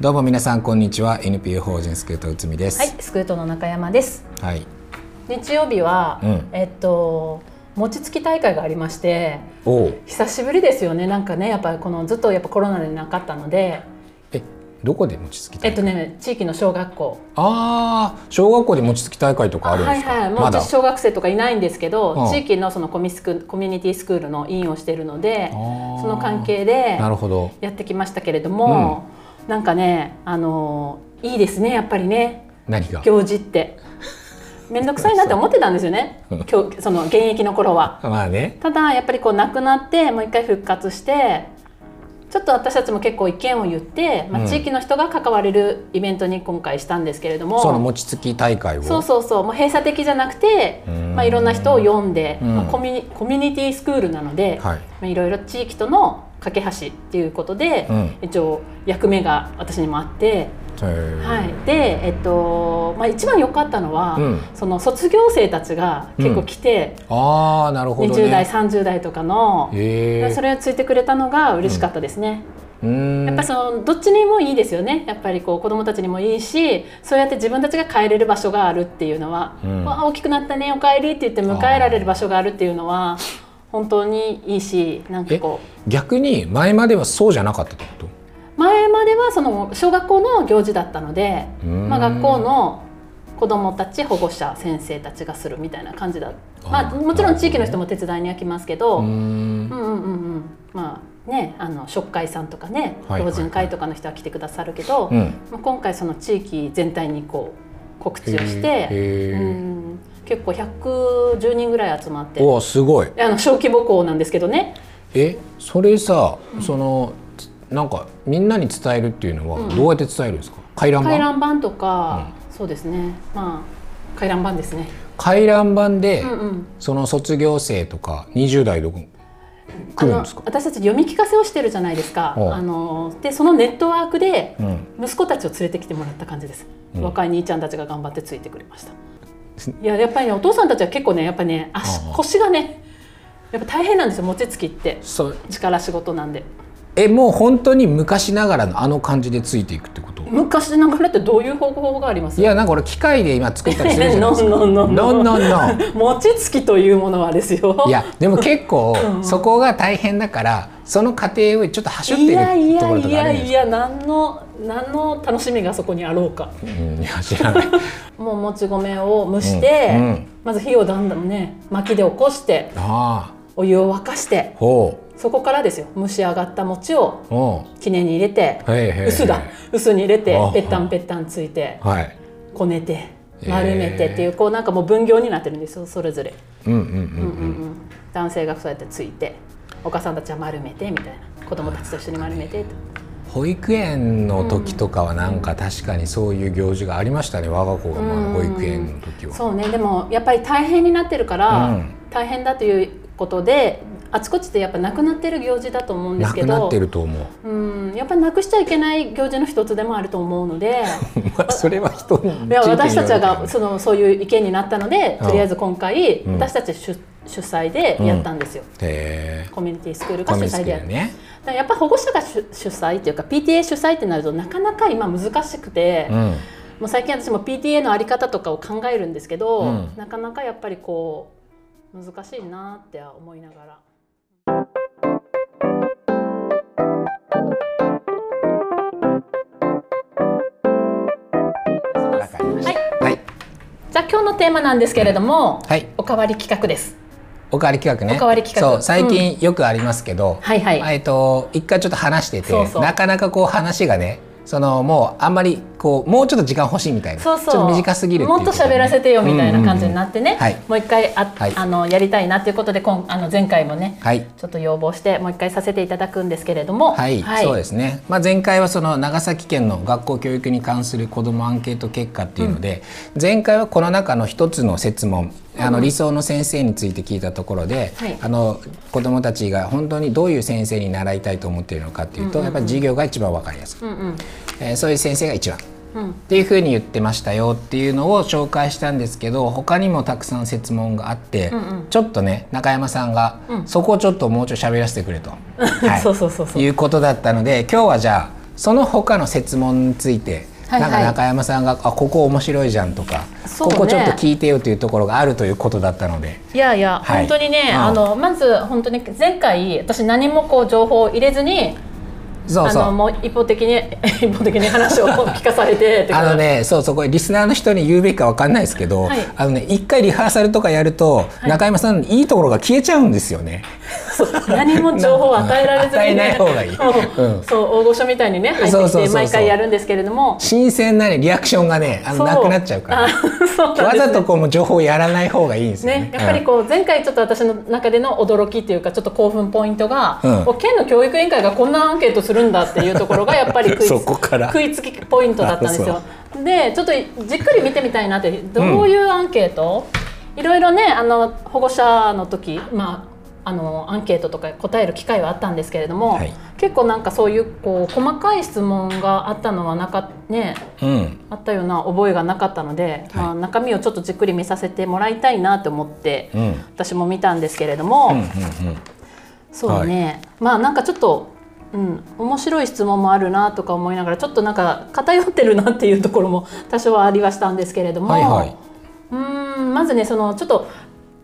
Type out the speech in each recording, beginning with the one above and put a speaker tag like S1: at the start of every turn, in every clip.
S1: どうも皆さんこんにちは NPO 法人スクート内海です
S2: はい、スクートの中山です。
S1: はい
S2: 日曜日は、
S1: うん
S2: えっと餅つき大会がありまして、
S1: おう
S2: 久しぶりですよね。なんかね、やっぱりこのずっとやっぱコロナでなかったので、
S1: えどこで餅つき
S2: え
S1: 大会、
S2: っとね、地域の小学校、
S1: ああ小学校で餅つき大会とかあるん
S2: は
S1: で
S2: い
S1: すか、
S2: はい、もう
S1: まだ
S2: 私小学生とかいないんですけど、
S1: うん
S2: 地域のそのコミスクコミュニティスクールの委員をしているので、
S1: あ
S2: そ
S1: ー
S2: の関係で
S1: なるほど
S2: やってきましたけれども、なんかね、あのいいですね、やっぱりね。
S1: 何が
S2: 行事って面倒くさいなって思ってたんですよね
S1: うん
S2: 今日その現役の頃は
S1: まあね
S2: ただやっぱりこうなくなってもう一回復活してちょっと私たちも結構意見を言って、ま
S1: うん
S2: あ、地域の人が関われるイベントに今回したんですけれども、
S1: その餅つき大会を
S2: そうそうそうもう閉鎖的じゃなくて
S1: うー、ん
S2: まあ、いろんな人を読んで、
S1: うん
S2: まあコミュニコミュニティスクールなので、
S1: はい
S2: まあ、いろいろ地域との架け橋っていうことで、
S1: うん
S2: 一応役目が私にもあっては、
S1: はい
S2: で、えっとまあ、一番良かったのは、
S1: うん
S2: その卒業生たちが結構来て、
S1: ああなるほどね
S2: 20代30代とかの、
S1: へえ
S2: それをついてくれたのが嬉しかったですね、
S1: うーん
S2: やっぱりそのどっちにもいいですよねやっぱりこう子どもたちにもいいしそうやって自分たちが帰れる場所があるっていうのは、
S1: うん
S2: わあ大きくなったねおかえりって言って迎えられる場所があるっていうのは本当にいいしなんか
S1: え
S2: こう
S1: 逆に前まではそうじゃなかったってこと
S2: 前まではその小学校の行事だったので、
S1: うーん
S2: まあ、学校の子どもたち保護者先生たちがするみたいな感じだまあ、
S1: あー
S2: もちろん地域の人も手伝いには来ますけど、
S1: うー
S2: うん、
S1: ん
S2: うんうんうんまあねあの食会さんとかね
S1: はいはいは
S2: 老
S1: い
S2: 人会とかの人は来てくださるけど、
S1: うん
S2: まあ、今回その地域全体にこう告知をし
S1: へ
S2: て、
S1: え
S2: うん、結構110人ぐらい集まって
S1: おーすごい
S2: あの小規模校なんですけどね
S1: えそれさ、そのつなんかみんなに伝えるっていうのは
S2: うん
S1: どうやって伝えるんですか、回覧板
S2: 回
S1: 回覧
S2: 覧板とか、そうですねまあ回覧板ですね。
S1: 板で、
S2: うんうん
S1: その卒業生とか20代とか来るんですか
S2: あの私たち読み聞かせをしてるじゃないですか。
S1: おう
S2: あのでそのネットワークで
S1: うん
S2: 息子たちを連れてきてもらった感じです。
S1: うん
S2: 若い兄ちゃんたちが頑張ってついてくれました。いややっぱりねお父さんたちは結構ねやっぱね足
S1: ああ
S2: 腰がねやっぱ大変なんですよ餅つきって
S1: そう
S2: 力仕事なんで
S1: えもう本当に昔ながらのあの感じでついていくってこと、
S2: 昔ながらってどういう方法があります
S1: いやなんか俺機械で今作ったりしてるじゃないですか
S2: ノンノンノン
S1: ノンノ ンノン
S2: 餅つきというものはですよ
S1: いやでも結構
S2: ん
S1: そこが大変だからその過程をちょっと走って
S2: いやい
S1: るとこ
S2: や
S1: ろと
S2: い
S1: かある
S2: や
S1: んで
S2: い
S1: すか
S2: や何の何の楽しみがそこにあろうか
S1: うんいや知らない
S2: もうもち米を蒸して、
S1: うんうん
S2: まず火をだんだんね薪で起こして
S1: あ
S2: お湯を沸かして
S1: あほ
S2: そこからですよ蒸し上がった餅を
S1: うお
S2: きねに入れて
S1: うへいへいへい
S2: 薄だ薄に入れて
S1: ああ
S2: ぺったんぺったんついて
S1: はい
S2: こねて
S1: へえ
S2: 丸めてっていうこうなんかもう分業になってるんですよそれぞれ、
S1: うんうん
S2: うん
S1: うん
S2: うんうん、男性がそうやってついてお母さんたちは丸めてみたいな子供たちと一緒に丸めてと
S1: 保育園の時とかはなんか確かにそういう行事がありましたね我が子がまだ保育園の時は。
S2: そうねでもやっぱり大変になってるから、
S1: うん
S2: 大変だということであちこちでやっぱなくなってる行事だと思うんで
S1: な
S2: すけ
S1: く
S2: ど
S1: なってると思う。
S2: うんやっぱりなくしちゃいけない行事の一つでもあると思うので
S1: まあそれは人に
S2: いや
S1: 地域によるけどね
S2: 私たちがそのそういう意見になったので
S1: うん
S2: とりあえず今回、
S1: うん
S2: 私たち主主催でやったんですよ、
S1: へえ。
S2: コミュニティスクールが
S1: コ
S2: 主
S1: ミ
S2: 催
S1: ス
S2: で
S1: だ
S2: やっ
S1: よ
S2: た、
S1: ね。
S2: だからやっぱ保護者が主主催っていうか PTA 主催ってなるとなかなか今難しくて、
S1: う
S2: も
S1: ん。
S2: う最近私も PTA のあり方とかを考えるんですけど、
S1: うん
S2: なかなかやっぱりこう難しいなっては思いながら。
S1: わかりました
S2: はい
S1: はい。
S2: じゃあ今日のテーマなんですけれども、
S1: はい
S2: おかわり企画です。
S1: おかわり企画ね。
S2: おかわり企画
S1: そう最近よくありますけど、
S2: はいはい。
S1: えっと一回ちょっと話してて
S2: そうそう
S1: なかなかこう話がね。そのもうあんまりこうもうちょっと時間欲しいみたいな
S2: そうそう。
S1: ちょっと短すぎるっていう
S2: もっと喋らせてよみたいな感じになってね。
S1: うんうんうんはい
S2: もう一回あ、
S1: はい
S2: あのやりたいなっていうことで、今あの前回もね、
S1: はい
S2: ちょっと要望してもう一回させていただくんですけれども、。
S1: はい、そうですすね。まあ前回はその長崎県の学校教育に関する子どもアンケート結果っていうので、前回はこの中の一つの設問、あの理想の先生について聞いたところで、
S2: はい
S1: あの子どもたちが本当にどういう先生に習いたいと思っているのかっていうと、やっぱり授業が一番わかりやすく、
S2: うんうん
S1: えーそういう先生が一番。
S2: うん
S1: っていうふうに言ってましたよっていうのを紹介したんですけど他にもたくさん設問があって、ちょっとね中山さんが、 そこをちょっともうちょい喋らせてくれと、はい
S2: そうそうそうそう
S1: いうことだったので今日はじゃあその他の設問について、
S2: はい
S1: な
S2: はい
S1: んか中山さんが「あここ面白いじゃん」とか、
S2: そう
S1: こ
S2: ね
S1: こちょっと聞いてよ」というところがあるということだったので。
S2: いやいや、
S1: はい
S2: 本当にね、
S1: うん
S2: あのまず本当に前回私何もこう情報を入れずに
S1: そうそう
S2: あのもう一方的に 一方的に話を聞かさ れて って
S1: あのね、そうそうこれリスナーの人に言うべきかわかんないですけど、
S2: はい
S1: あのね一回リハーサルとかやると、中山さんのいいところが消えちゃうんですよね。
S2: そう何も情報を与えられず
S1: 与え
S2: に、ね、
S1: ない方がいい
S2: そう
S1: うん
S2: そう大御所みたいにね入
S1: そう
S2: って
S1: そうそう
S2: き
S1: そ
S2: て
S1: う
S2: 毎回やるんですけれども
S1: 新鮮なねリアクションがねあの
S2: そう
S1: なくなっちゃうから。
S2: あそうなん
S1: わ
S2: です
S1: ざとこうもう情報をやらない方がいいんですよね。
S2: ね、やっぱり
S1: うん
S2: こう前回ちょっと私の中での驚きっていうかちょっと興奮ポイントが、
S1: うん
S2: お県の教育委員会がこんなアンケートするんだっていうところがやっぱり 食いつ
S1: そこから
S2: 食いつきポイントだったんですよ。でちょっとじっくり見てみたいなってどういうアンケート、いろいろねあの保護者の時、まあ、あのアンケートとか答える機会はあったんですけれども、
S1: はい
S2: 結構なんかそういうこう細かい質問があったのはなか、ね、
S1: うん
S2: あったような覚えがなかったので、まあ、中身をちょっとじっくり見させてもらいたいなと思って、
S1: うんうん
S2: 私も見たんですけれども、
S1: うんうん
S2: そうね、まあなんかちょっと、うん、面白い質問もあるなとか思いながらちょっとなんか偏ってるなっていうところも 多少はありはしたんですけれども、
S1: はいはいう
S2: ーんまずねそのちょっと,、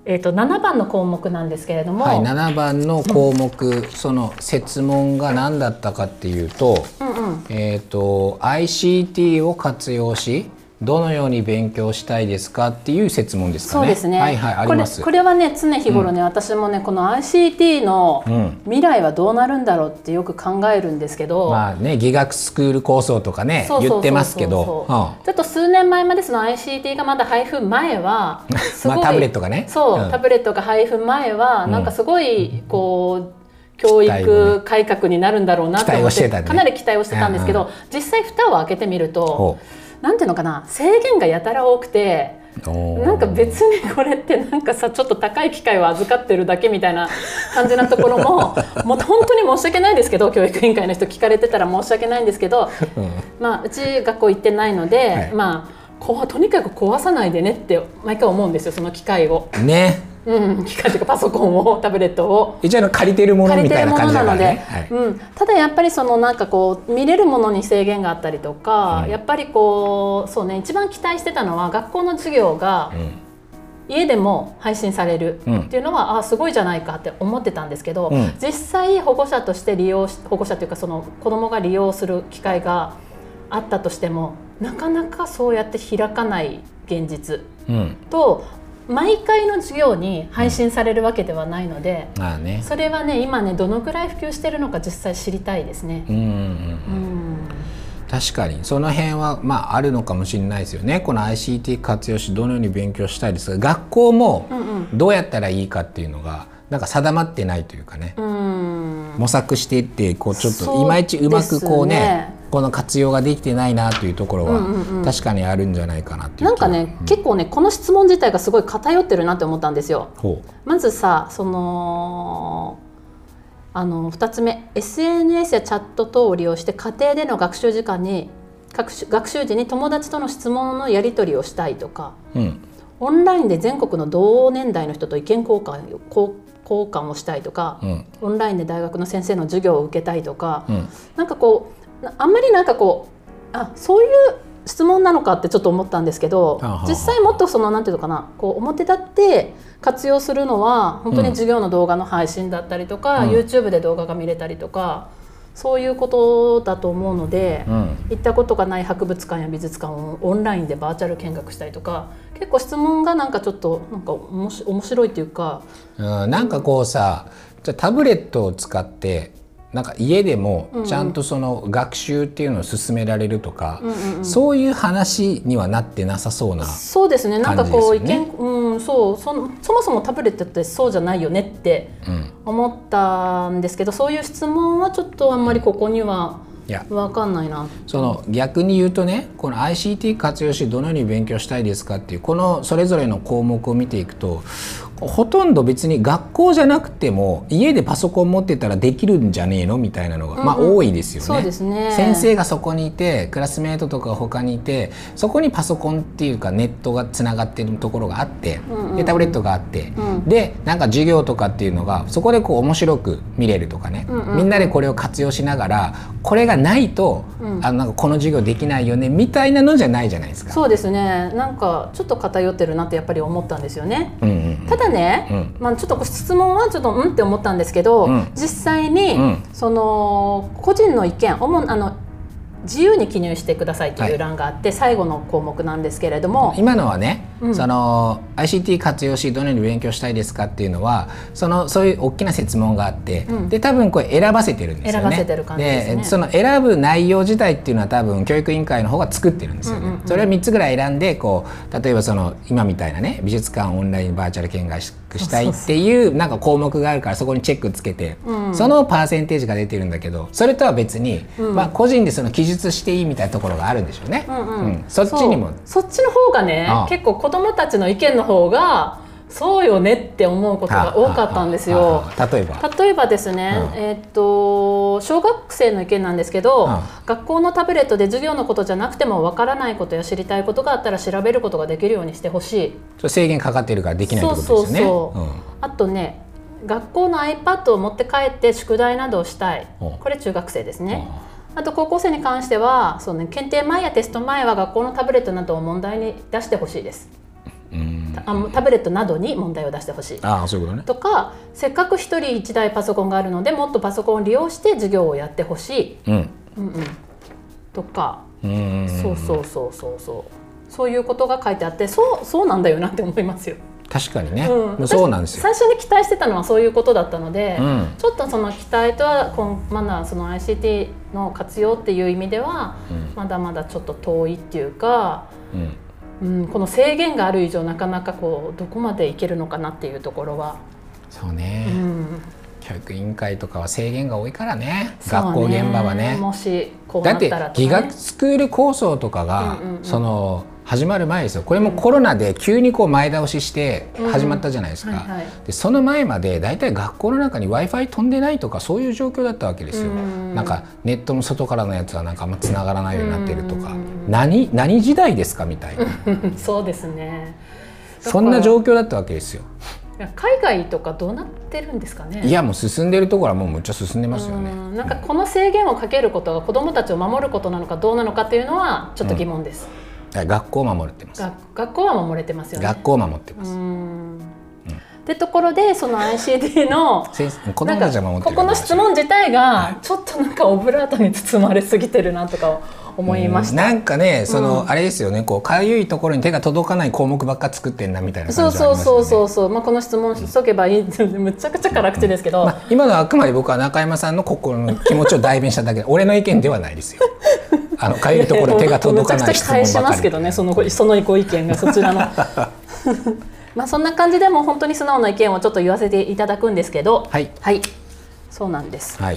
S2: えー、と7番の項目なんですけれども、
S1: はい7番の項目その設問が何だったかっていうと,、
S2: うんうん、
S1: えー、と ICT を活用しどのように勉強したいですかっていう設問ですかね。
S2: そうですね。
S1: はいはいあります。
S2: これこれはね常日頃ね、私もねこの ICT の
S1: うん
S2: 未来はどうなるんだろうってよく考えるんですけど。
S1: まあねギガスクール構想とかね
S2: そうそうそうそ
S1: 言っ
S2: う
S1: てますけど、うん
S2: ちょっと数年前までその ICT がまだ配布 前はすごい、
S1: まあタブレットがね
S2: そう、
S1: うん
S2: タブレットが配布前は、なんかすごいこう教
S1: 期待を
S2: 育改革になるんだろうなと
S1: 期待
S2: 思
S1: を
S2: っ
S1: して
S2: て
S1: たね
S2: かなり期待をしてたんですけど、実際蓋を開けてみると
S1: ほ
S2: なんていうのかな制限がやたら多くて。
S1: おー
S2: なんか別にこれってなんかさちょっと高い機会を預かってるだけみた いな感じなところももう本当に申し訳ないですけど教育委員会の人聞かれてたら申し訳ないんですけど、まあ、うち学校行ってないので、
S1: はい
S2: まあこうとにかく壊さないでねって毎回思うんですよその機械を、
S1: ね
S2: うん、機械というかパソコ ンをタブレットを。
S1: 一応あの借りてるもの
S2: 借
S1: み
S2: り
S1: た
S2: て
S1: い
S2: る
S1: な
S2: も
S1: 感
S2: の
S1: じだか
S2: な
S1: ら
S2: ので、
S1: ね。はい
S2: うん、ただやっぱりそのなんかこう見れるものに制限があったりとか、
S1: うん
S2: やっぱりこうそうね一番期待してたのは学校の授業が家でも配信される
S1: うん
S2: っていうのは、あすごいじゃないかって思ってたんですけど、
S1: うん
S2: 実際保護者として利用し保護者というかその子供が利用する機会があったとしてもなかなかそうやって開かない現実
S1: うん、
S2: と毎回の授業に配信されるわけではないので。
S1: まあね。
S2: それはね今ねどのくらい普及してるのか実際知りたいですね。
S1: うんうんうん
S2: うん、
S1: 確かにその辺はまああるのかもしれないですよねこの ICT 活用しどのように勉強したいですが学校も
S2: うんうん
S1: どうやったらいいかっていうのがなんか定まってないというかね
S2: うん、
S1: 模索していってこうちょっと
S2: そう
S1: いまいちうまくこうね
S2: ですね
S1: この活用ができてないなというところ
S2: うんうんう
S1: は
S2: ん
S1: 確かにあるんじゃないかなっていう
S2: なん
S1: 気は
S2: かね、結構ねこの質問自体がすごい偏ってるなって思ったんですよ。
S1: ほ
S2: まずさそのあの2つ目 SNS やチャット等を利用して家庭での学習時間に学習学習時に友達との質問のやり取りをしたいとか
S1: う、うん、
S2: オンラインで全国の同年代の人と意見交換を交交換をしたいとか、
S1: うん
S2: オンラインで大学の先生の授業を受けたいとか、
S1: うん
S2: なんかこうなあんまりなんかこうあそういう質問なのかってちょっと思ったんですけど
S1: はあはあ
S2: 実際もっとそのなんていうのかなこう表立って活用するのは本当に授業の動画の配信だったりとか、
S1: うん
S2: YouTube で動画が見れたりとかそういうことだと思うので。
S1: うん
S2: 行ったことがない博物館や美術館をオンラインでバーチャル見学したりとか結構質問がなんかちょっとなんかおもし面白いっていうか
S1: うん、なんかこうさじゃあタブレットを使ってなんか家でもちゃんとその学習っていうのを進められるとか、そういう話にはなってなさそうな。
S2: そうですねなんかこ
S1: 感
S2: う、
S1: じ
S2: 意
S1: ですよ
S2: 見うんそうそのそもそもタブレットってそうじゃないよねって
S1: うん、
S2: 思ったんですけどそういう質問はちょっとあんまりここにはい
S1: や
S2: 分かんないな。
S1: その逆に言うとねこの ICT 活用しどのように勉強したいですかっていうこのそれぞれの項目を見ていくとほとんど別に学校じゃなくても家でパソコン持ってたらできるんじゃねえのみたいなのが、まあ
S2: うんうん
S1: 多いですよね。
S2: そうですね
S1: 先生がそこにいてクラスメートとか他にいてそこにパソコンっていうかネットがつながってるところがあって、
S2: うんうんうん
S1: でタブレットがあって、
S2: うん
S1: でなんか授業とかっていうのがそこでこう面白く見れるとかね、
S2: うんうんうん
S1: みんなでこれを活用しながらこれがないと、
S2: うん
S1: あのなんかこの授業できないよねみたいなのじゃないじゃないですか。
S2: そうですねなんかちょっと偏ってるなってやっぱり思ったんですよね。
S1: うんうん
S2: ただね、
S1: うん
S2: まあ、ちょっとご質問はちょっとうんって思ったんですけど、
S1: うん
S2: 実際に、
S1: うん
S2: その個人の意見主あの自由に記入してくださいと
S1: はいいう
S2: 欄があって、最後の項目なんですけれども、
S1: 今のはね、
S2: うん
S1: その ICT 活用しどのように勉強したいですかっていうのはそのそういう大きな設問があって、
S2: うん
S1: で多分これ選ばせてるんですよね。
S2: 選ばせてる感じですね
S1: その選ぶ内容自体っていうのは多分教育委員会の方が作ってるんですよね。
S2: うんうんうん
S1: それを3つぐらい選んでこう例えばその今みたいなね美術館オンラインバーチャル見学したいっていうなんか項目があるからそこにチェックつけて、
S2: うん
S1: そのパーセンテージが出てるんだけどそれとは別に、
S2: うん
S1: まあ、個人でその記述していいみたいなところがあるんでしょうね。
S2: うんうん
S1: うんそっちにも
S2: そうそっちの方がね
S1: ああ
S2: 結構子どもたちの意見の方がそうよねって思うことが多かったんです
S1: はあ
S2: よ
S1: は。あはあ例えば。
S2: 例えばですね、
S1: うん
S2: えーっと小学生の意見なんですけど、
S1: うん
S2: 学校のタブレットで授業のことじゃなくてもわからないことや知りたいことがあったら調べることができるようにしてほしい
S1: ちょっと制限かかってるからできないってことですよね。
S2: そうそうあとね学校の iPad を持って帰って宿題などをしたい
S1: お
S2: これ中学生です
S1: うん
S2: ね。あと高校生に関してはそう、ね、検定前やテスト前は学校のタブレットなどを問題に出してほしいです
S1: うん
S2: あタブレットなどに問題を出してほしい
S1: ああそういうことね。
S2: とかせっかく1人1台パソコンがあるのでもっとパソコンを利用して授業をやってほしい、
S1: うん
S2: うんうん、とか、
S1: うんうん
S2: そうそうそうそうそうそういうことが書いてあってそうそうなんだよなって思いますよ。
S1: 確かにね、
S2: うん
S1: そうなんですよ。
S2: 最初に期待してたのはそういうことだったので、
S1: うん
S2: ちょっとその期待とはこんまだその ICT の活用っていう意味では、
S1: うん
S2: まだまだちょっと遠いっていうか、
S1: うん
S2: うん、この制限がある以上なかなかこうどこまでいけるのかなっていうところは。
S1: そう
S2: う
S1: ね、
S2: ん
S1: 教育委員会とかは制限が多いからね。
S2: そう
S1: 学校現場はね。
S2: もしこう
S1: だ
S2: な
S1: っ
S2: った
S1: て
S2: らとかね
S1: ギガスクール構想とかが、
S2: うんうんうん
S1: その始まる前ですよこれもコロナで急にこう前倒しして始まったじゃないですか、
S2: うんはいはい
S1: でその前まで大体学校の中に w i f i 飛んでないとかそういう状況だったわけですよ、
S2: うん
S1: なんかネットの外からのやつはなんかあんま繋がらないようになってるとか、
S2: うん
S1: 何何時代ですかみたいな、
S2: そうですね
S1: そんな状況だったわけですよ
S2: 海外とかどうなってるんですかね
S1: いやもう進んでるところはもうむっちゃ進んでますよね、
S2: うんなんかこの制限をかけることが子どもたちを守ることなのかどうなのかっていうのはちょっと疑問です、
S1: だから学校を守ってます
S2: が学校は守れてますよね
S1: 学校を守ってます、
S2: うんってところでその ICD の
S1: 先生子供
S2: なんか
S1: たちは守って
S2: こ
S1: る
S2: この質問自体がちょっとなんかオブラートに包まれすぎてるなとか思いま
S1: う
S2: し
S1: ん
S2: た、
S1: なんかねその、
S2: うん
S1: あれですよねこうかゆいところに手が届かない項目ばっか作ってんなみたいな
S2: そ
S1: 感
S2: う
S1: じは
S2: そ
S1: あ
S2: う
S1: りますよ
S2: そ
S1: ね
S2: うそうそう、まあ、この質問しとけばいいむちゃくちゃ辛口ですけど、
S1: まあ、今のはあくまで僕は中山さんの心の気持ちを代弁しただけで俺の意見ではない ですよ。あのかゆいところ手が届かない質問ばかり
S2: めちゃくちゃ返しますけど ねそのごそのご意見 がそちらの まあそんな感じでもう本当に素直な意見をちょっと言わせていただくんですけど
S1: はい
S2: はいそうなんです、
S1: はい。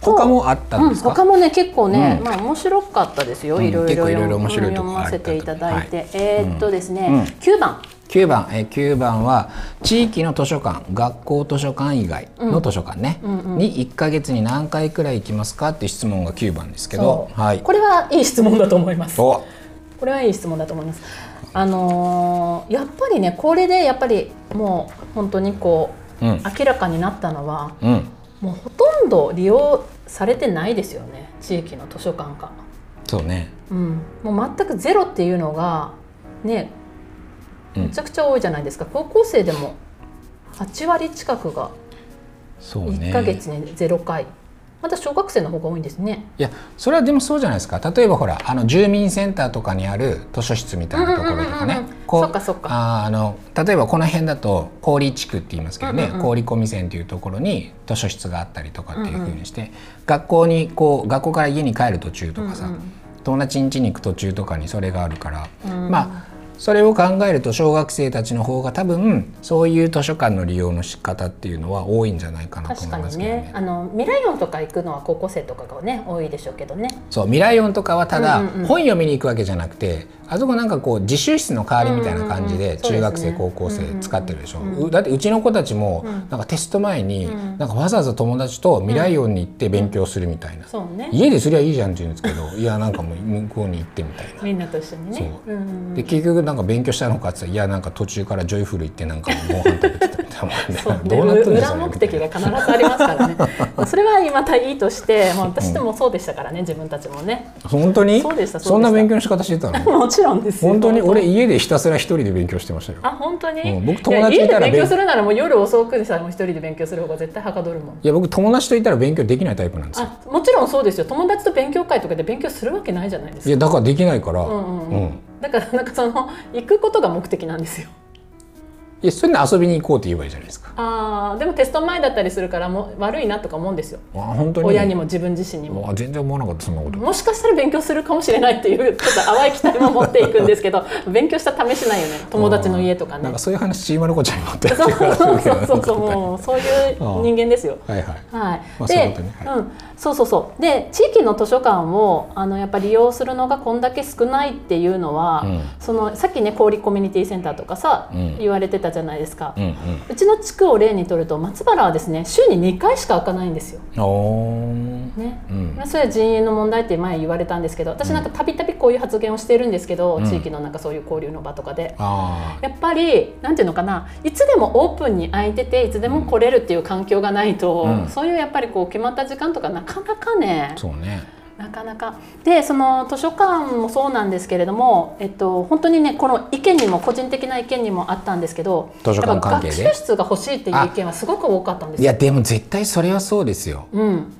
S1: 他もあったん
S2: うん、
S1: ですか。
S2: 他もね結構ね、
S1: うん
S2: まあ面白かったですよ、
S1: うん
S2: いろい
S1: 結
S2: ろ
S1: 構いろいろ
S2: 読
S1: 面白いと
S2: 読
S1: こ
S2: ませていただいて、
S1: はい
S2: えーっとです
S1: うん
S2: ね、九9番
S1: 9番えー9番は地域の図書館学校図書館以外の図書館ね、に1か月に何回くらい行きますかって質問が9番ですけど、
S2: そう
S1: はい。
S2: これはいい質問だと思います
S1: お
S2: これはいい質問だと思います。あのーやっぱりねこれでやっぱりもう本当にこう、
S1: うん
S2: 明らかになったのは
S1: うん
S2: もうほとんど利用されてないですよね地域の図書館が。
S1: そうね。
S2: うん、もう全くゼロっていうのがね
S1: うん
S2: めちゃくちゃ多いじゃないですか、高校生でも8割近くが
S1: そうね。
S2: 1ヶ月に0回、また小学生の方が多いんですね。
S1: いやそれはでもそうじゃないですか例えばほらあの住民センターとかにある図書室みたいなところとか
S2: うん
S1: ね
S2: うんうんうん
S1: こう
S2: そっかそっか
S1: あーあの例えばこの辺だと郡地区って言いますけどね、
S2: うんうんうん
S1: 郡小見線というところに図書室があったりとかっていうふうにして、学校にこう学校から家に帰る途中とかさ、
S2: うんうん
S1: 友達ん家に行く途中とかにそれがあるから、
S2: うん
S1: まあそれを考えると小学生たちの方が多分そういう図書館の利用の仕方っていうのは多いんじゃないかなと
S2: 確
S1: 思
S2: か
S1: いま
S2: に
S1: すけどね
S2: ね。あの未来音とか行くのは高校生とかがね多いでしょうけどね
S1: そう未来音とかはただ
S2: うんうんうん
S1: 本読みに行くわけじゃなくてあそこなんかこう自習室の代わりみたいな感じ
S2: うんうんう
S1: で
S2: んそうで
S1: 中
S2: すね
S1: 学生高校生使ってるでしょ、
S2: うんうん
S1: うだってうちの子たちも
S2: うん
S1: なんかテスト前に
S2: うん
S1: なんかわざわざ友達と未来音に行って勉強するみたいな、
S2: そうね
S1: 家ですりゃいいじゃんって言うんですけど いやなんかもう向こうに行ってみたいな。
S2: みんなと一緒にねうんうんうん
S1: で結局なんか勉強したのかって言ったらいやなんか途中からジョイフル行ってなんかご飯食べてたみたいな
S2: そうね
S1: どうなってんだ
S2: 裏目的が必ずありますからねそれはまたいいとしてもう私でもそうでしたからね自分たちもね
S1: 本当に
S2: そうでしたそうでした
S1: そんな勉強の仕方してた の
S2: もちろんですよ
S1: 本当に俺家でひたすら一人で勉強してましたよ
S2: あ本当に、
S1: うん僕友達いたら
S2: や家で勉強するならもう夜遅くでさえもう一人で勉強する方が絶対はかどるもん
S1: いや僕友達といたら勉強できないタイプなんですよ
S2: あもちろんそうですよ友達と勉強会とかで勉強するわけないじゃないで
S1: い
S2: すか
S1: やだからできないから、うん
S2: うんうんだからなんかその行くことが目的なんですよ
S1: いやそれで遊びに行こうって言えばいいじゃないですか
S2: あーでもテスト前だったりするからもう悪いなとか思うんですよ
S1: あ本当に
S2: 親にも自分自身にも
S1: あ全然思わなかったそんなこと、
S2: もしかしたら勉強するかもしれないっていうちょっと淡い期待も持っていくんですけ ど勉強した試しないよね友達の家とか
S1: な
S2: ね
S1: んかそういう話ちいまる子ちゃんにもってやって
S2: そう
S1: るから
S2: そう そうそうそう
S1: は
S2: もうそういう人間ですよ
S1: いはい
S2: はい、
S1: まあそういう
S2: で
S1: ことね
S2: うん、そうそうそうで地域の図書館をあのやっぱ利用するのがこんだけ少ないっていうのは、
S1: うん
S2: そのさっきね小売コミュニティセンターとかさ、
S1: うん
S2: 言われてたじゃないですか、
S1: う
S2: うん
S1: うん
S2: ちの地区を例にとると松原はですね週に2回しか開かないんですよ。
S1: お
S2: ね
S1: ーうん
S2: まあ、それは人員の問題って前言われたんですけど私なんかたびたびこういう発言をしてるんですけど、
S1: うん
S2: 地域のなんかそういう交流の場とかで。
S1: あ
S2: やっぱりなんていうのかないつでもオープンに空いてていつでも来れるっていう環境がないと、
S1: うん
S2: そういうやっぱりこう決まった時間とかなかなかね
S1: ーそうね
S2: なかなかでその図書館もそうなんですけれども、えっと、本当にねこの意見にも個人的な意見にもあったんですけど
S1: 図書館関係で
S2: やっぱ学習室が欲しいっていう意見はすごく多かったんです
S1: い
S2: よ。
S1: やでも絶対それはそうですよ
S2: うん、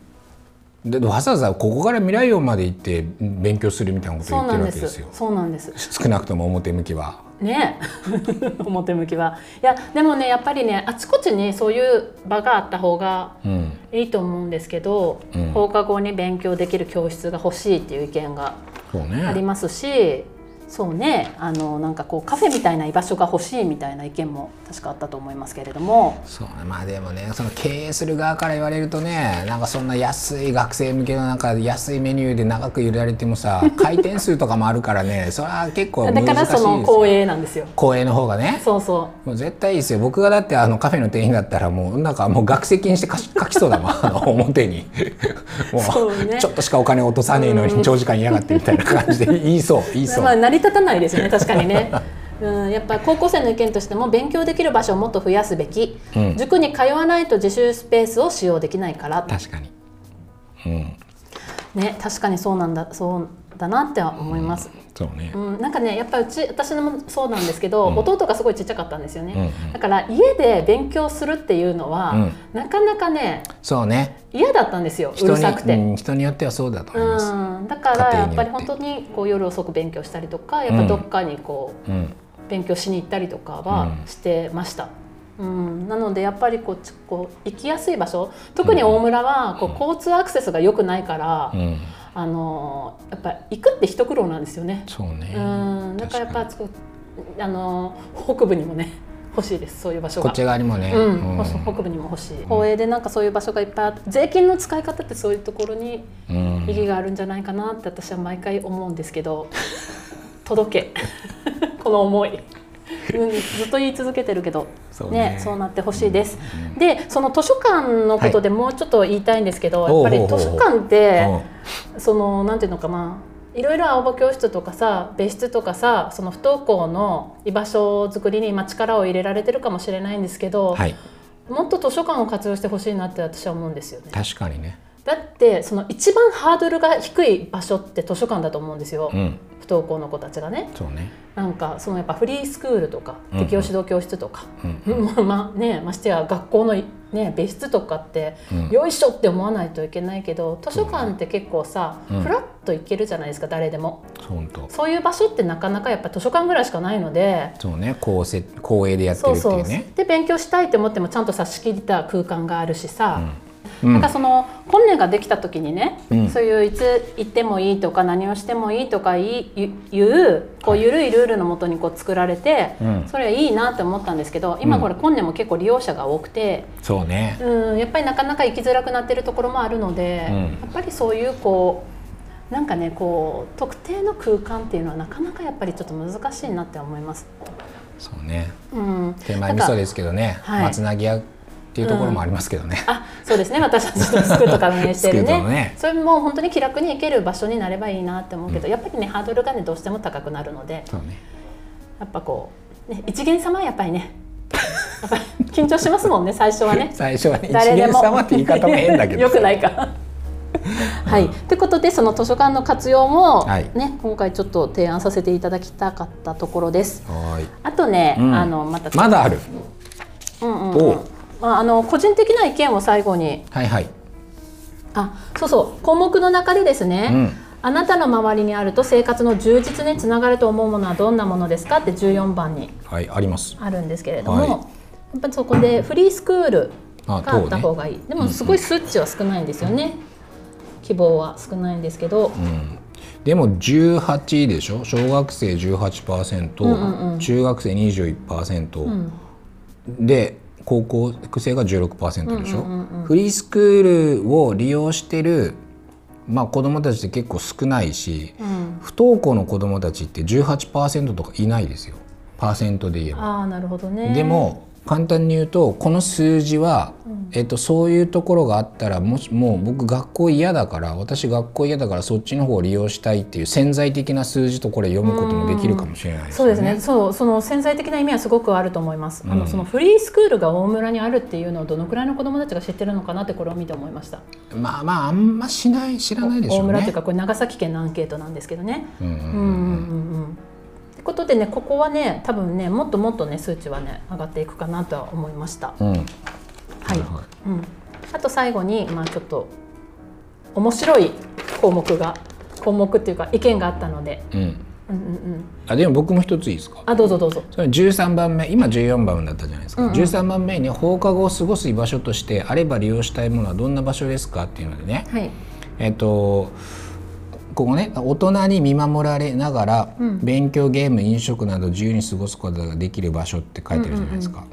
S1: でわざわざここから未来音まで行って勉強するみたいなこと
S2: そ
S1: 言っ
S2: う
S1: て
S2: な
S1: る
S2: ん
S1: わ
S2: で
S1: けですすよ
S2: そうなんです
S1: 少なくとも表向きは
S2: ね 表向きはいやでもねやっぱりねあちこちにそういう場があった方が
S1: うん
S2: いいと思うんですけど、
S1: うん
S2: 放課後に勉強できる教室が欲しいっていう意見が
S1: そう
S2: あり
S1: ね
S2: ますし、そうねあのなんかこうカフェみたいな居場所が欲しいみたいな意見も確かあったと思いますけれども
S1: そうねまあでもねその経営する側から言われるとねなんかそんな安い学生向けのなんか安いメニューで長く揺られてもさ 回転数とかもあるからねそれは結構
S2: だ
S1: 難しい
S2: か
S1: で
S2: ら
S1: すよ
S2: その公営なんですよ。
S1: 公営の方がね
S2: そうそ
S1: もう絶対いいですよ僕がだってあのカフェの店員だったらもうなんかもう学籍にして書き書きそうだ もんあの表にも
S2: そう
S1: う
S2: ね、
S1: ちょっとしかお金落とさねえのに長時間嫌がってみたいな感じで言いそう言いうそう、
S2: まあ、成り立たないですよね確かにね。 うん、やっぱ高校生の意見としても勉強できる場所をもっと増やすべき、
S1: うん
S2: 塾に通わないと自習スペースを使用できないから
S1: 確かにうん
S2: ね確かにそうなんだそうだなっては思います、
S1: そうね
S2: うん、なんかねやっぱうち私のもそうなんですけど、
S1: うん
S2: 弟がすごいちっちゃかったんですよね、
S1: うんうん
S2: だから家で勉強するっていうのは、
S1: うん
S2: なかなかね
S1: そうね
S2: 嫌だったんですよう
S1: 人
S2: る
S1: に
S2: さくて。
S1: うん人によってはそうだと思います、
S2: うん、だからやっぱり
S1: 家庭に
S2: 本
S1: よ
S2: 当にこう夜遅く勉強したりとかやっぱどっかにこう
S1: うん
S2: 勉強しに行ったりとかは
S1: うん
S2: してました。うん、なのでやっぱりこうちこう行きやすい場所特に大村はこう交通アクセスが良くないから、
S1: うん、
S2: あのーやっぱ行くって一苦労なんですよね。
S1: そうね
S2: うん、だからやっぱこうあのー北部にもね欲しいですそういう場所
S1: こ
S2: が
S1: っ。ち側にもね、
S2: うん、
S1: う
S2: ほそ北部にも欲しい。公営でなんかそういう場所がいっぱいあって、税金の使い方ってそういうところに
S1: うん
S2: 意義があるんじゃないかなって私は毎回思うんですけど、 届け この思い。うん、ずっと言い続けてるけど、
S1: そうね
S2: ねそうなってほしいです。で、その図書館のことでもうちょっと言いたいんですけど、
S1: はい
S2: やっぱり図書館って、
S1: うん
S2: そのなんていうのかないろいろ青葉教室とかさ別室とかさその不登校の居場所作りに今力を入れられてるかもしれないんですけど、
S1: はい
S2: もっと図書館を活用してほしいなって私は思うんですよね。
S1: 確かにね
S2: だってその一番ハードルが低い場所って図書館だと思うんですよ、
S1: うん
S2: 不登校の子たちがね。
S1: そうね
S2: なんかそのやっぱフリースクールとか
S1: うんうん
S2: 適応指導教室とか、
S1: うん
S2: うんまあね、ましてや学校の、ね、別室とかって、
S1: うん
S2: よいしょって思わないといけないけど図書館って結構さ、
S1: うん
S2: フラッと行けるじゃないですか誰でも
S1: 本当
S2: そういう場所ってなかなかやっぱ図書館ぐらいしかないので。
S1: そうね公設公営でやって
S2: そ
S1: るっ
S2: う
S1: てい
S2: そう
S1: うね
S2: で勉強したいって思ってもちゃんとさ仕切った空間があるしさ、なんかその本音ができた時にね、そういういつ行ってもいいとか何をしてもいいとかいいいうこう緩いルールのもとにこう作られて、
S1: うん
S2: それはいいなって思ったんですけど今これ本音も結構利用者が多くて、
S1: そうね
S2: うん、やっぱりなかなか行きづらくなってるところもあるので、
S1: うん
S2: やっぱりそういうこうなんかねこう特定の空間っていうのはなかなかやっぱりちょっと難しいなって思います。
S1: そうね
S2: うん、
S1: 手
S2: な
S1: 前
S2: ん
S1: 味
S2: か
S1: 噌ですけどね、
S2: はい
S1: 松なぎ屋っていうところもありますけどね、
S2: あそうですね私たちょっとスクーとか運営してる
S1: スクー
S2: ね
S1: トのね
S2: それも本当に気楽に行ける場所になればいいなって思うけど、やっぱりねハードルがねどうしても高くなるので
S1: そうね
S2: やっぱこう、ね、一元様はやっぱりねやっぱり緊張しますもんね最初はね
S1: 最初は ね一
S2: 誰で
S1: 元
S2: も
S1: 様って言い方も変だけど
S2: よくな いか。はい、ということでその図書館の活用も、ね
S1: はい
S2: 今回ちょっと提案させていただきたかったところです。
S1: はーい
S2: あとね、
S1: うん
S2: あのまた、
S1: まだある
S2: うんうんうん
S1: おう
S2: まあ、あの個人的な意見を最後に
S1: はいはい
S2: あそうそう項目の中でですね、
S1: うん
S2: あなたの周りにあると生活の充実につながると思うものはどんなものですかって14番に
S1: はいあります
S2: あるんですけれども、
S1: はい
S2: やっぱりそこでフリースクールがあった方がいい、でもすごい数値は少ないんですよね、希望は少ないんですけど、
S1: でも18でしょ小学生18%、
S2: うんうん
S1: 中学生21%、で高校生が16%でしょ、フリースクールを利用してる、まあ、子どもたちって結構少ないし、
S2: うん
S1: 不登校の子どもたちって18%とかいないですよパーセントで言えば。
S2: ああなるほどね
S1: でも簡単に言うとこの数字は、えっと、そういうところがあったらもしもう僕学校嫌だから私学校嫌だからそっちの方を利用したいっていう潜在的な数字とこれ読むこともできるかもしれないです
S2: そ
S1: よ
S2: う
S1: ね。
S2: ですねそうその潜在的な意味はすごくあると思います、あのそのフリースクールが大村にあるっていうのをどのくらいの子どもたちが知ってるのかなってこれを見て思いました、
S1: まあまああんましない知らないでし
S2: 大
S1: ょう
S2: 村という
S1: ね。
S2: かこれ長崎県のアンケートなんですけどね
S1: うんう
S2: うん
S1: ん
S2: うんうんうんってことでねここはね多分ねもっともっとね数値はね上がっていくかなとは思いました
S1: うん
S2: はい、
S1: はいは
S2: うん、あと最後に、まあ、ちょっと面白い項目が項目っていうか意見があったので、
S1: うん
S2: うんうんうん、
S1: あでも僕も一ついいですか
S2: あどうぞどうぞ
S1: それ13番目今14番だったじゃないですか、13番目に放課後を過ごす居場所としてあれば利用したいものはどんな場所ですかっていうのでね、
S2: はい
S1: えっとここね大人に見守られながら、勉強ゲーム飲食など自由に過ごすことができる場所って書いてるじゃないですか。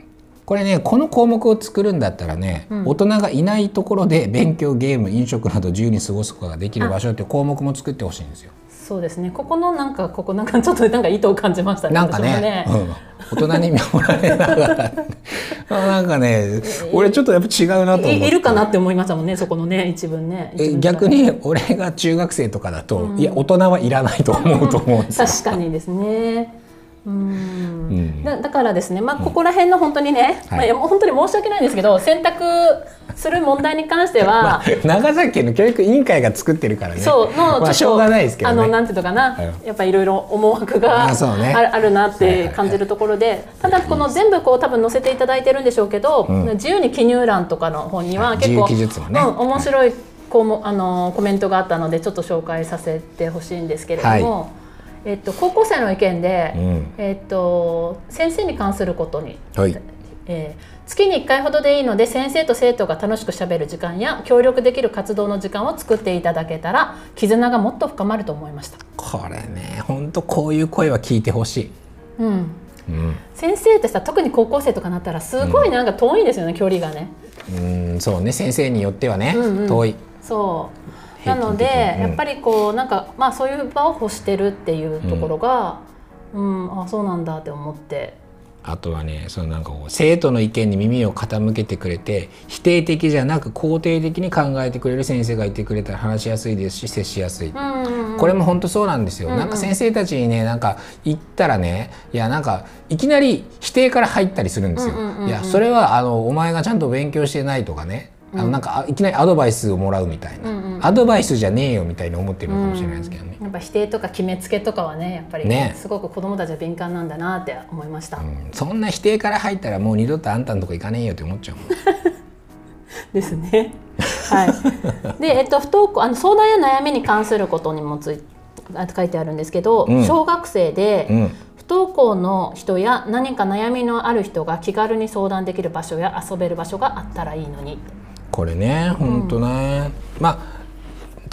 S1: これねこの項目を作るんだったらね、大人がいないところで勉強ゲーム飲食など自由に過ごすことができる場所っていう項目も作ってほしいんですよ。
S2: そうですねここのなんかここなんかちょっとなんか意図を感じましたね
S1: なんか
S2: 私も
S1: ね、うん、大人に見守られながら なんかね俺ちょっとやっぱ違うなと思って
S2: いいるかなって思いましたもんねそこのね一文ね一
S1: え
S2: 文とか
S1: 逆に俺が中学生とかだと、いや大人はいらないと思うと思うんですよ。
S2: 確かにですねうん
S1: うん
S2: だだからですね、まあ、ここら辺の本当にね、
S1: はい
S2: まあいや、もう本当に申し訳ないんですけど選択する問題に関し て
S1: ま
S2: は
S1: あ、長崎県の教育委員会が作ってるからね。
S2: そうのちょっと、
S1: まあ、しょうがないですけど
S2: あのな
S1: ね。
S2: んていうのかな、
S1: うん
S2: やっぱいろいろ思惑が
S1: あそうね
S2: あるあるな
S1: は
S2: っ
S1: いはい
S2: て
S1: はい
S2: 感じるところで、ただこの全部こう多分載せていただいてるんでしょうけど、
S1: ん
S2: 自由に記入欄とかの方には
S1: はい
S2: 結構、
S1: 自由記述もね
S2: うん、面白い項目あのコメントがあったのでちょっと紹介させてほしいんですけれども、えっと、高校生の意見で、
S1: うん
S2: えっと、先生に関することに
S1: はい。
S2: えー月に1回ほどでいいので先生と生徒が楽しくしゃべる時間や協力できる活動の時間を作っていただけたら絆がもっと深まると思いました、
S1: これね、本当こういう声は聞いてほしい。
S2: うん、
S1: うん、
S2: 先生ってさ特に高校生とかなったらすごいなんか遠いんですよね、距離がね
S1: うん、そうね、先生によってはね、
S2: うんうん
S1: 遠い。
S2: そう
S1: 平
S2: な
S1: 均的に
S2: ので、
S1: うん
S2: やっぱりこうなんかまあそういう場を欲してるっていうところが、うんあそうなんだって思って
S1: あとはね、そのなんかこう生徒の意見に耳を傾けてくれて、否定的じゃなく肯定的に考えてくれる先生がいてくれたら話しやすいですし、接しやすい。
S2: うんうんうん
S1: これも本当そうなんですよ、なんか先生たちにねなんか言ったらねいやなんかいきなり否定から入ったりするんですよ、
S2: うんうんうんうん
S1: いやそれはあのお前がちゃんと勉強してないとかねあのなんかあいきなりアドバイスをもらうみたいな、
S2: うん
S1: アドバイスじゃねえよみたいに思ってるのかもしれないですけどね、
S2: やっぱ否定とか決めつけとかはねやっぱり
S1: ね
S2: すごく子どもたちは敏感なんだなって思いました、
S1: うんそんな否定から入ったらもう二度とあんたのとこ行かねえよって思っちゃうもん
S2: ですね。はい。で、えっと不登校あの相談や悩みに関することにもついあ書いてあるんですけど、
S1: うん
S2: 小学生で、
S1: うん
S2: 不登校の人や何か悩みのある人が気軽に相談できる場所や遊べる場所があったらいいのに。
S1: これね本当ね、ま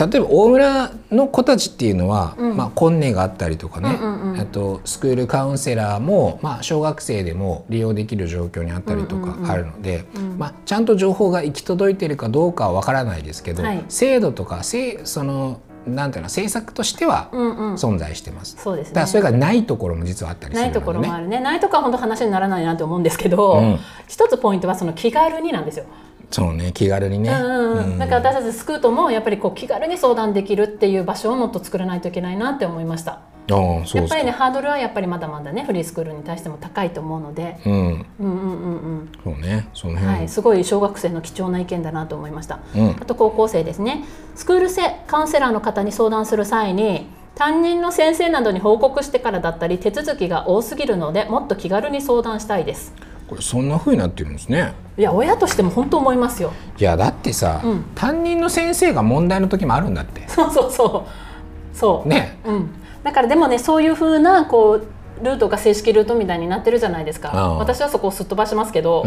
S1: あ例えば大村の子たちっていうのは、まあ、コンネがあったりとかね、
S2: うんうんうん
S1: あとスクールカウンセラーも、まあ、小学生でも利用できる状況にあったりと
S2: うんうんう
S1: か
S2: ん
S1: あるので、まあ、ちゃんと情報が行き届いてるかどうかはわからないですけど、
S2: はい
S1: 制度とかせいそのなんていうの政策としては
S2: うんうん、
S1: 存在してます。
S2: そうです
S1: だからそれ
S2: ね。
S1: がないところも実はあったりす
S2: な
S1: る
S2: い
S1: ので、
S2: と
S1: ね、
S2: ころもあるね。ないとこは本当話にならないなと思うんですけど、
S1: うん
S2: 一つポイントはその気軽になんですよ。
S1: そうね気軽にね。
S2: うんうんう。
S1: うんん
S2: だから私たちスクートもやっぱりこう気軽に相談できるっていう場所をもっと作らないといけないなって思いました。
S1: ああそうで
S2: やっ
S1: すか
S2: ぱりねハードルはやっぱりまだまだねフリースクールに対しても高いと思うので、
S1: うん、
S2: うんうんうんうん。
S1: そうね、その辺。
S2: はい、すごい小学生の貴重な意見だなと思いました。
S1: うん、
S2: あと高校生ですねスクール生カウンセラーの方に相談する際に担任の先生などに報告してからだったり手続きが多すぎるのでもっと気軽に相談したいです
S1: これそんな風になってるんですね。
S2: いや親としても本当思いますよ
S1: いや、だってさ、
S2: うん
S1: 担任の先生が問題の時もあるんだって。
S2: そうそうそうそう、
S1: ね。
S2: うん、だからでもねそういう風なこうルートが正式ルートみたいになってるじゃないですか
S1: ああ
S2: 私はそこをすっ飛ばしますけど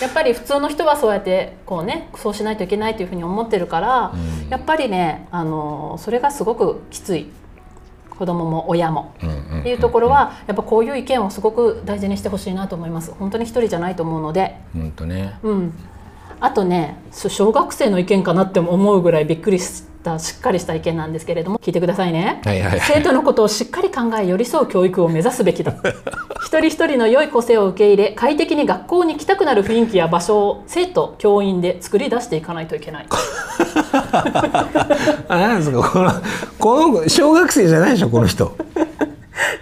S2: やっぱり普通の人はそうやってこうねそうしないといけないというふうに思ってるから、
S1: うん
S2: やっぱりねあのそれがすごくきつい子供も親も
S1: うん、うん、
S2: っていうところはやっぱこういう意見をすごく大事にしてほしいなと思います本当に一人じゃないと思うので
S1: 本当ね。
S2: うんあとねそう小学生の意見かなって思うぐらいびっくりしたしっかりした意見なんですけれども聞いてくださいね
S1: はいはいは
S2: 生
S1: い。
S2: 徒のことをしっかり考え寄り添う教育を目指すべきだ一人一人の良い個性を受け入れ快適に学校に来たくなる雰囲気や場所を生徒教員で作り出していかないといけない
S1: あ、なんですか、 この、この子小学生じゃないでしょこの人。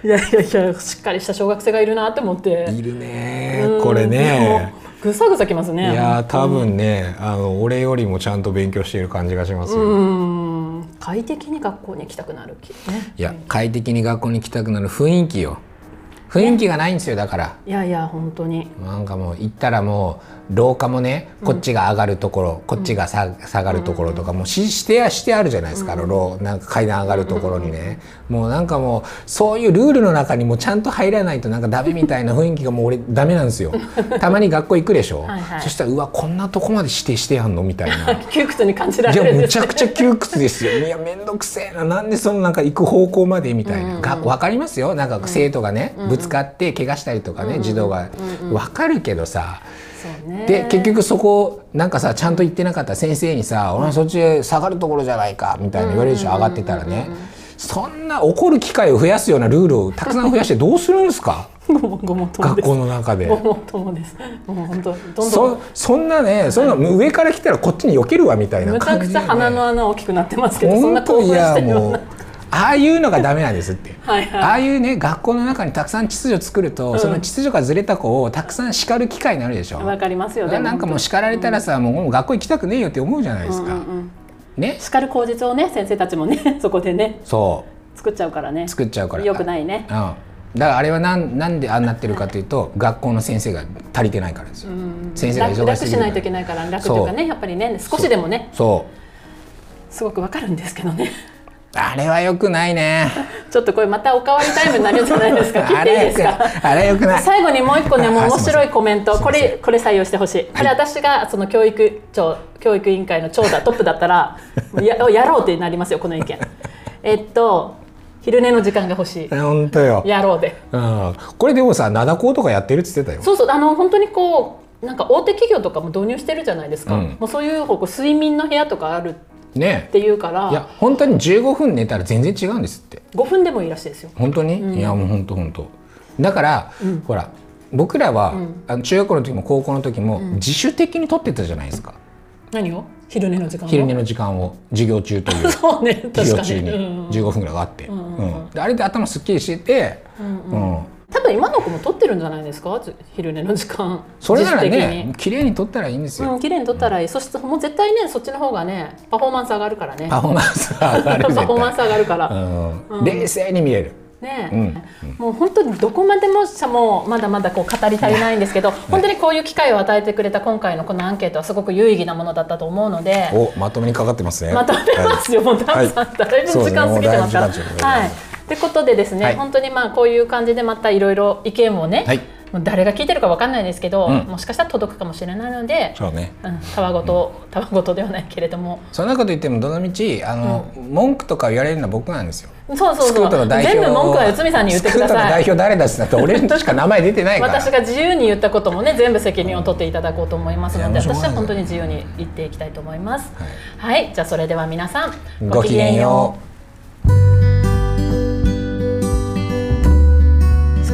S2: いやいやいやしっかりした小学生がいるなって思って
S1: いるね、これね。
S2: もうぐさぐさきます
S1: い
S2: ね
S1: やー、多分ね、あの、俺よりもちゃんと勉強している感じがしますよ。
S2: うん快適に学校に行きたくなる気、ね、
S1: いや、快適に学校に行きたくなる雰囲気よ。雰囲気がないんですよ、だから。
S2: いやいや本当に
S1: なんかもう行ったらもう廊下もねこっちが上がるところ、こっちがさ下がるところとか、もうししてやしてあるじゃないですか、あのろうなんか階段上がるところにね、もうなんかもうそういうルールの中にもちゃんと入らないとなんかダメみたいな雰囲気がもう俺ダメなんです よたまに学校行くでしょ
S2: はいはい
S1: そしたらうわこんなとこまで指定してやんのみたいな
S2: 窮屈に感じ ら
S1: い
S2: れ
S1: や
S2: るん
S1: む
S2: で
S1: ち
S2: す
S1: ゃくちゃ窮屈ですよいやめんどくせえななんでそのなんか行く方向までみたいな、が分かりますよなんか生徒がね、ぶつかって怪我したりとかね、児童が、分かるけどさ
S2: そうね
S1: で結局そこなんかさちゃんと言ってなかった先生にさ「俺はそっちへ下がるところじゃないか」みたいな言われるでしょ上がってたらね。そんな怒る機会を増やすようなルールをたくさん増やしてどうするんですか
S2: ごもごもとも
S1: 学
S2: です
S1: 校の中で
S2: ご。もともですもう本当どんどん
S1: そそんなねそんな上から来たらこっちに避けるわみたいな
S2: むちゃ
S1: 感
S2: く
S1: じ
S2: ち
S1: で、
S2: ゃ
S1: ね。
S2: 鼻の穴大きくなってますけどそんな
S1: 本
S2: 興
S1: 当
S2: 奮
S1: い
S2: し
S1: や
S2: てるよう
S1: も
S2: な
S1: うああいうのがダメなんですって
S2: はいはい
S1: ああいうね学校の中にたくさん秩序作ると、その秩序がずれた子をたくさん叱る機会になるでしょ
S2: わかりますよね
S1: なんかもう叱られたらさ、もう学校行きたくねえよって思うじゃないですか、ね
S2: 叱る口実をね先生たちもね そこでね
S1: そ
S2: 作っちゃうからね
S1: う作っちゃうから
S2: よくないね
S1: うん、だからあれはなんなんでああなってるかというと学校の先生が足りてないからですよ、先生が忙し
S2: 楽
S1: すぎる
S2: 楽しないといけないから楽というかねやっぱりね少しでもね
S1: そう
S2: すごくわかるんですけどね
S1: あれはよくないね
S2: ちょっとこれまたおかわりタイムになるじゃ ないですか聞
S1: あ
S2: いていい
S1: れ
S2: で
S1: よ
S2: す
S1: くない
S2: か
S1: あれよくない
S2: 最後にもう一個ね、
S1: あ
S2: もう面
S1: すいま
S2: 白
S1: せ
S2: い
S1: ん
S2: コメント、こ
S1: すいませ
S2: れ、これ採用してほしい。これ私がその教育長、教育委員会の長だ、トップだっ たら、もうや、やろうってなりますよ、この意見。えっと、昼寝の時間が欲し
S1: 本当よ
S2: い。やろうで。
S1: うん、これでもさ灘高とかやってるっつってたよ
S2: そうそう、あの、本当にこう、なんか大手企業とかも導入してるじゃないですか。
S1: うん
S2: もうそういう方向、睡眠の部屋とかあるっ
S1: ね
S2: ていうか
S1: いや
S2: ら、
S1: 本当に15分寝たら全然違うんですって
S2: 5分でもいいらしいですよ。
S1: 本当に、いやもう本当本当だから、ほら僕らは、あの中学校の時も高校の時も、自主的に取ってたじゃないですか、
S2: 何を昼寝の時間を
S1: 昼寝の時間を授業中という
S2: そうね、 確かに。
S1: 授業中に
S2: うん
S1: 15分ぐらいがあって、うんであれで頭すっきりしてて、うん
S2: 多分今の子も撮ってるんじゃないですかず昼寝の時間
S1: それなら
S2: 自主的に
S1: ね綺麗に取ったらいいんですよ、
S2: うん、綺麗に撮ったらいい、そしてもう絶対ねそっちの方がねパフォーマンス上がるからね
S1: パフォーマンスが上がる 絶
S2: パフ
S1: 対
S2: ォーマンス上がるから、
S1: うん冷静に見れる
S2: ねえ、もう本当にどこまでもさもうまだまだこう語り足りないんですけど、本当にこういう機会を与えてくれた今回のこのアンケートはすごく有意義なものだったと思うので
S1: おまとめにかかってますね
S2: まとめますよ、もうダンさん、だいぶ時間過ぎてますか
S1: そうですねもうだいぶ時間過
S2: ら。
S1: ぎてます
S2: はい。ってことでですね、
S1: はい
S2: 本当にまあこういう感じでまたいろいろ意見をね、
S1: はい
S2: もう誰が聞いてるかわかんないですけど、
S1: うん
S2: もしかしたら届くかもしれないので、
S1: そうね
S2: うん、たわごとたわごとではないけれども
S1: そんなこと言ってもどのみちあの、文句とか言われるのは僕なんですよ
S2: そうそう
S1: スク
S2: そ
S1: ー
S2: う
S1: トの代表
S2: 全部文句は内海さんに言ってくだ
S1: スクートの
S2: さ
S1: 代
S2: い
S1: 表誰だっつったって俺としか名前出てないから
S2: 私が自由に言ったこともね全部責任を取っていただこうと思いますの
S1: い
S2: で
S1: やもうしょう
S2: 私
S1: がない
S2: は本当に自由に言っていきたいと思います
S1: はい
S2: はい、じゃあそれでは皆さん
S1: ごきげんよう
S3: ス